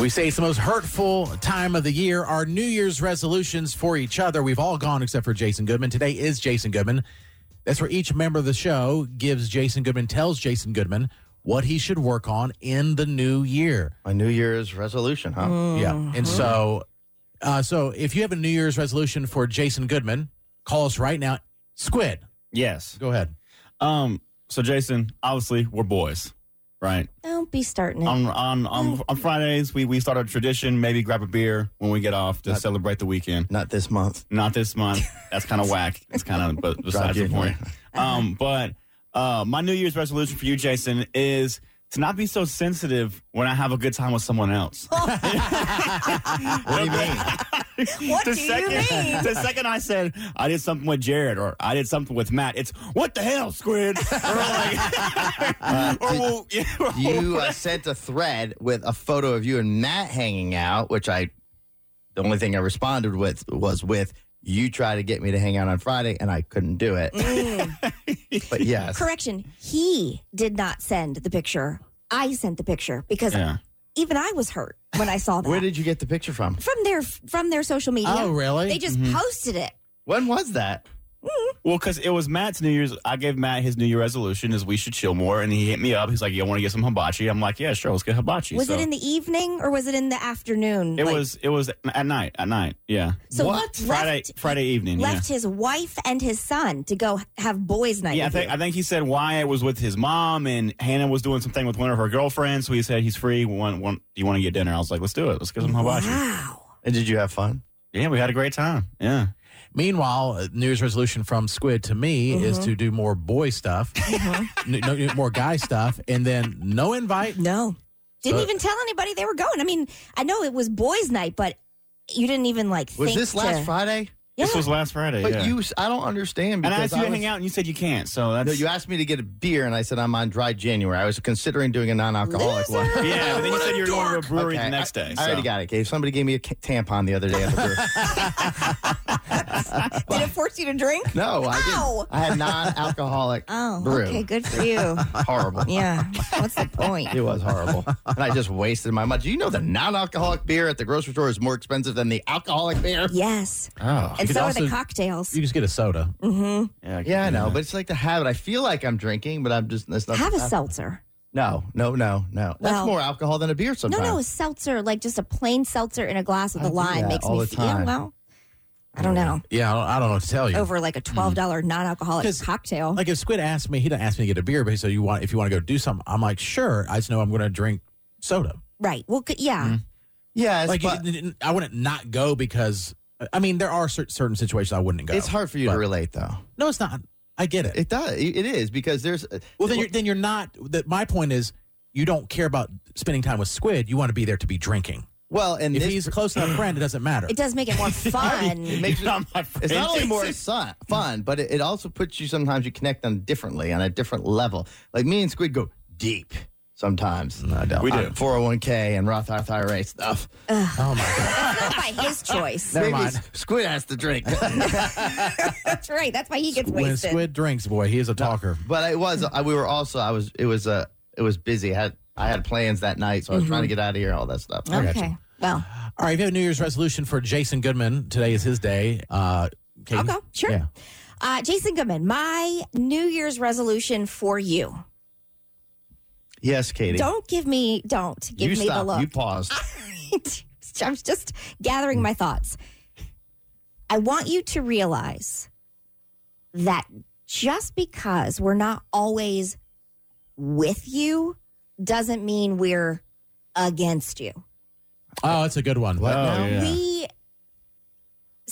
We say it's the most hurtful time of the year. Our New Year's resolutions for each other. We've all gone except for Jason Goodman. Today is Jason Goodman. That's where each member of the show gives Jason Goodman, tells Jason Goodman what he should work on in the new year. My New Year's resolution, huh? Mm. Um, Yeah. Mm-hmm. And so, uh, so if you have a New Year's resolution for Jason Goodman, call us right now. Squid, Yes. go ahead. Um. So Jason, obviously we're boys, right? Don't be starting it. On on on, on Fridays we we start a tradition. Maybe grab a beer when we get off to celebrate the weekend. Not this month. Not this month. That's kind of whack. It's kind of but besides the January. point. Um. But uh, my New Year's resolution for you, Jason, is. To not be so sensitive when I have a good time with someone else. What do you mean? what do the second, you mean? The second I said I did something with Jared or I did something with Matt, it's what the hell, Squid? or like, or we'll- Uh, You uh, sent a thread with a photo of you and Matt hanging out, which I, the only thing I responded with was with you try to get me to hang out on Friday, and I couldn't do it. but yes, Correction. He did not send the picture. I sent the picture because Yeah. even I was hurt when I saw that. Where did you get the picture from? from their from their social media. Oh, really? They Mm-hmm. just posted it. When was that? Well, because it was Matt's New Year's. I gave Matt his New Year resolution is we should chill more, and he hit me up. He's like, "You want to get some hibachi?" I'm like, "Yeah, sure, let's get hibachi." Was So it in the evening or was it in the afternoon? It Like, was. It was at night. At night. Yeah. So what? Friday. Left- Friday evening. yeah. left his wife and his son to go have boys' night. Yeah, I with think you. I think he said Wyatt was with his mom and Hannah was doing something with one of her girlfriends. So he said he's free. One, one, you want to get dinner? I was like, let's do it. Let's get some hibachi. wow. And did you have fun? Yeah, we had a great time. Yeah, Meanwhile, uh, New Year's resolution from Squid to me is to do more boy stuff, n- no, no, more guy stuff, and then no invite. No, didn't Uh, even tell anybody they were going. I mean, I know it was boys' night, but you didn't even like. Was think this last to- Friday? Yeah. this was last Friday. But yeah. you, s- I don't understand. and Because I asked you to was- hang out, and you said you can't. So that's No, you asked me to get a beer, and I said I'm on dry January. I was considering doing a non-alcoholic one. Loser. yeah. But then you said you were going to a brewery Okay, the next I, day. I already so. got it, Gabe. Somebody gave me a ca- tampon the other day at the brewery. Did it force you to drink? No, I Ow. didn't. I had non-alcoholic Oh, brew. okay, good for you. Horrible. Yeah, what's the point? It was horrible. and I just wasted my money. Do you know the non-alcoholic beer at the grocery store is more expensive than the alcoholic beer? Yes, Oh. and could so are also- the cocktails. You just get a soda. hmm Yeah, Yeah, I know, but it's like the habit. I feel like I'm drinking, but I'm just it's not. Have a I- seltzer. No, no, no, no. That's Well- more alcohol than a beer No, sometimes. no, a seltzer, like just a plain seltzer in a glass with I a do lime that makes all me the feel, yeah, time. well, I don't know. Yeah, I don't, I don't know what to tell you. Over like a $12 Mm-hmm. non alcoholic 'Cause, cocktail. Like if Squid asked me, he didn't ask me to get a beer, but he said, "You want if you want to go do something?" I'm like, "Sure." I just know I'm going to drink soda. right. Well, c- yeah. Mm-hmm. Yes, Like but it- it- I wouldn't not go because I mean there are cer- certain situations I wouldn't go. it's hard for you But- to relate, though. No, it's not. I get it. It does. It it is because there's. well, then you're then you're not. That my point is, you don't care about spending time with Squid. You want to be there to be drinking. Well, and If this he's a close enough friend, it doesn't matter. It does make it more fun. it makes You're not my It's friend. not only more fun, fun, but it, it also puts you sometimes you connect them differently on a different level. Like me and Squid go deep sometimes. No, I don't. We do. Four hundred one k and Roth IRA stuff. Oh my god! Not by his choice. Never Maybe mind. S- Squid has to drink. That's right. That's why he gets When wasted. Squid drinks, boy, he is a talker. but it was I, we were also I was it was uh, it was busy. I had I had plans that night, so I was trying to get out of here. All that stuff. Mm-hmm. okay. Well, All right, if you have a New Year's resolution for Jason Goodman, today is his day. Uh, Katie? I'll go. Sure. Yeah. Uh, Jason Goodman, my New Year's resolution for you. Yes, Katie. Don't give me, don't give you me stop. the look. You paused. I'm just gathering my thoughts. I want you to realize that just because we're not always with you doesn't mean we're against you. Oh, that's a good one. What? Oh, yeah. We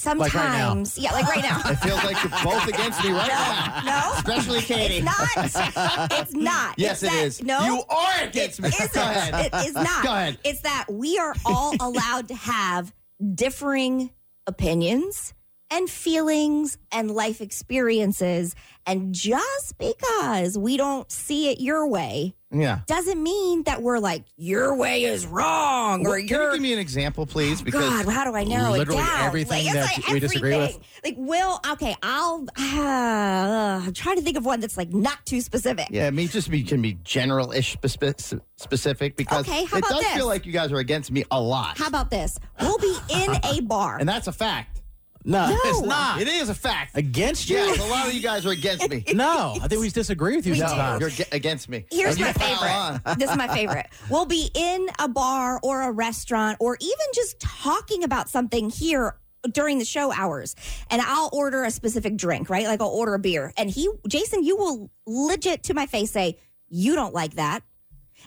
Like right now. sometimes, yeah, like right now. it feels like you're both against me right now, No, especially Katie. it's not. It's not. yes, it's it that- is. No, you are against me. It isn't. Go ahead. It is not. Go ahead. It's that we are all allowed to have differing opinions and feelings and life experiences. And just because we don't see it your way Yeah. doesn't mean that we're like, your way is wrong or Well, can you your give me an example, please? Because Oh, God, how do I narrow literally it down? everything it's that we disagree with. Like, will okay? I'll uh, I'm trying to think of one that's like not too specific. yeah, I mean, just be can be general-ish spe- spe- specific because Okay, how it about does this? feel like you guys are against me a lot, How about this? We'll be in a bar. and that's a fact. No, No. it's not It is a fact. against you. Yeah, a lot of you guys are against me. No, I think we disagree with you do. sometimes. You're ge- against me. Here's And you my pile on. favorite. this is my favorite. We'll be in a bar or a restaurant or even just talking about something here during the show hours. And I'll order a specific drink, right? Like I'll order a beer. And he, Jason, you will legit to my face say, You don't like that.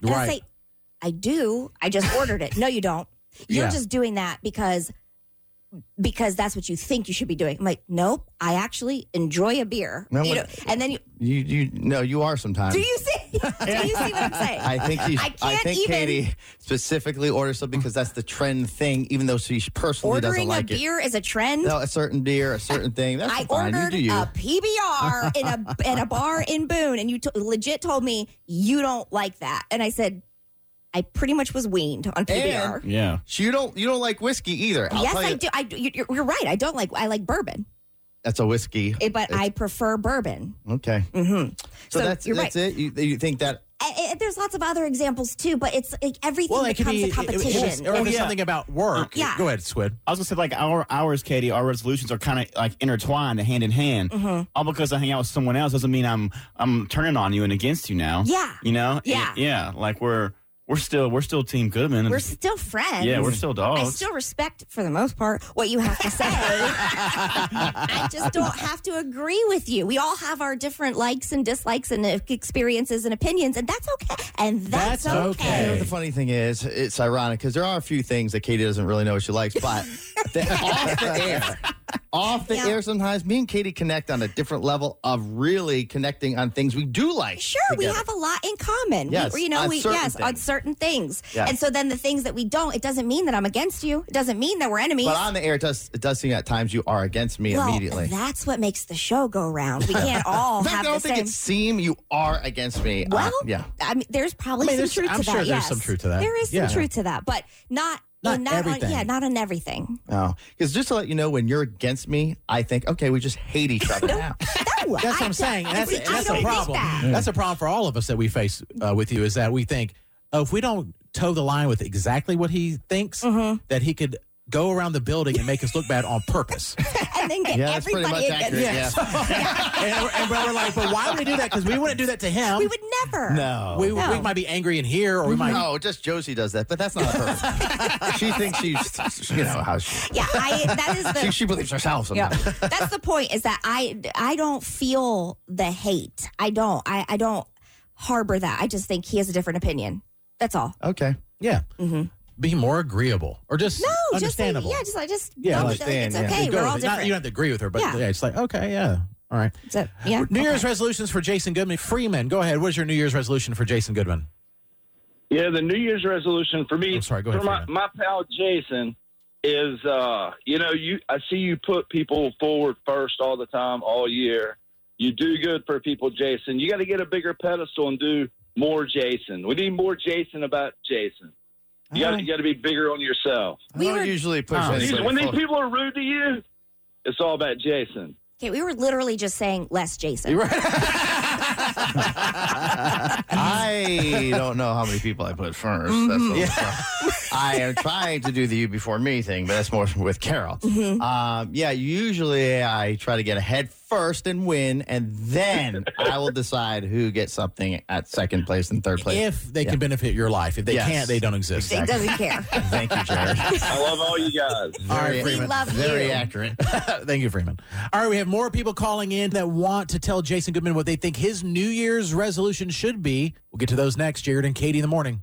And I Right. say, I do. I just ordered it. No, you don't. You're Yeah. just doing that because because that's what you think you should be doing. I'm like, nope. I actually enjoy a beer. No, you know, but- and then you, You, you, no, you are sometimes. do you see? do you see what I'm saying? I think she's, I I, can't think even- Katie specifically orders something because that's the trend thing, even though she personally doesn't ordering like a it. beer is a trend. No, a certain beer, a certain thing. That's I fine. ordered you do you. a PBR in a in a bar in Boone, and you t- legit told me you don't like that, and I said I pretty much was weaned on PBR. Yeah. So you don't you don't like whiskey either. I'll yes, tell I you- do. I do- you- you're, you're right. I don't like I like bourbon, That's a whiskey. eh, but I prefer bourbon. Okay. Mm-hmm. So, So that's you're that's right. it. You, you think that And- and Eh, there's lots of other examples too, but it's like everything Well, it could becomes be a competition. It, it, or if And- it's yeah. something about work. Yeah. Go ahead, Squid. I was gonna say like our ours, Katie, our resolutions are kind of like intertwined, hand in hand. Mm-hmm. All because I hang out with someone else doesn't mean I'm I'm turning on you and against you now. Yeah. you know. Yeah. It- yeah. Like we're we're still we're still Team Goodman. we're still friends. yeah, we're still I dogs. still respect, for the most part, what you have to say. I just don't have to agree with you. We all have our different likes and dislikes and uh, experiences and opinions, and that's okay. And that's, That's okay. You know what the funny thing is, it's ironic because there are a few things that Katie doesn't really know what she likes, but the- off the air, off the Yeah. air sometimes, me and Katie connect on a different level of really connecting on things we do like. Sure, we together. have a lot in common. Yes, we, you know, on we certain yes, on things. certain things. Yes. And so then the things that we don't, it doesn't mean that I'm against you. It doesn't mean that we're enemies. But on the air, it does, it does seem at times you are against me well, immediately. that's what makes the show go round. We can't all In fact, I have the don't think same. it seem you are against me. Uh, Well, yeah. I mean, there's I probably mean, some there's- truth I'm to sure that. there's yes. some truth to that. There is some Yeah. truth to that, but not Not On, everything. yeah, not on everything. Oh, because just to let you know, when you're against me, I think, okay, we just hate each other now. No, That's what I I'm don't- saying. and I That's, don't- and that's I a don't think problem. that. That's a problem for all of us that we face uh, with you is that we think, oh, if we don't toe the line with exactly what he thinks, Mm-hmm. that he could go around the building and make us look bad on purpose. And then get Yeah, that's pretty much everybody against accurate. Yeah. and, we're- and we're like, but why would we do that? Because we wouldn't do that to him. We would never. No. We, No. we might be angry in here, or we might. No, just Josie does that, but that's not her. she thinks she's, you know, how she, Yeah, I, that is she, the. she believes herself. Yeah, Sometimes. that's the point. Is that I I don't feel the hate. I don't. I I don't harbor that. I just think he has a different opinion. That's all. Okay. Yeah. Be more agreeable, or just Mm-hmm. No, just like, understandable. yeah, just I just Yeah, don't- it's understand, yeah. okay. Go with We're all it. Not- different. you don't have to agree with her, but Yeah. yeah, it's like okay, yeah, all right. So, yeah, New okay. Year's resolutions for Jason Goodman. Freeman, go ahead. What is your New Year's resolution for Jason Goodman? Yeah, the New Year's resolution for me, I'm Oh, sorry, go for ahead, my, Freeman. my pal Jason, is uh, you know you I see you put people forward first all the time, all year. You do good for people, Jason. You got to get a bigger pedestal and do more, Jason. We need more Jason about Jason. You got you got to be bigger on yourself. We I don't were- usually push Oh. anybody when these forward. people are rude to you, it's all about Jason. Okay, we were literally just saying less Jason. I don't know how many people I put 1st Mm-hmm. That's yeah. I am trying to do the you before me thing, but that's more with Carol. Mm-hmm. Um, yeah, usually I try to get ahead first and win, and then I will decide who gets something at second place and third place. If they can benefit your life, if they Yes. can't, they don't exist. He doesn't care. Thank you, Jared. I love all you guys. right, Very- We love very you. accurate. Thank you, Freeman. All right, we have more people calling in that want to tell Jason Goodman what they think his New Year's resolution should be. We'll get to those next. Jared and Katie in the morning.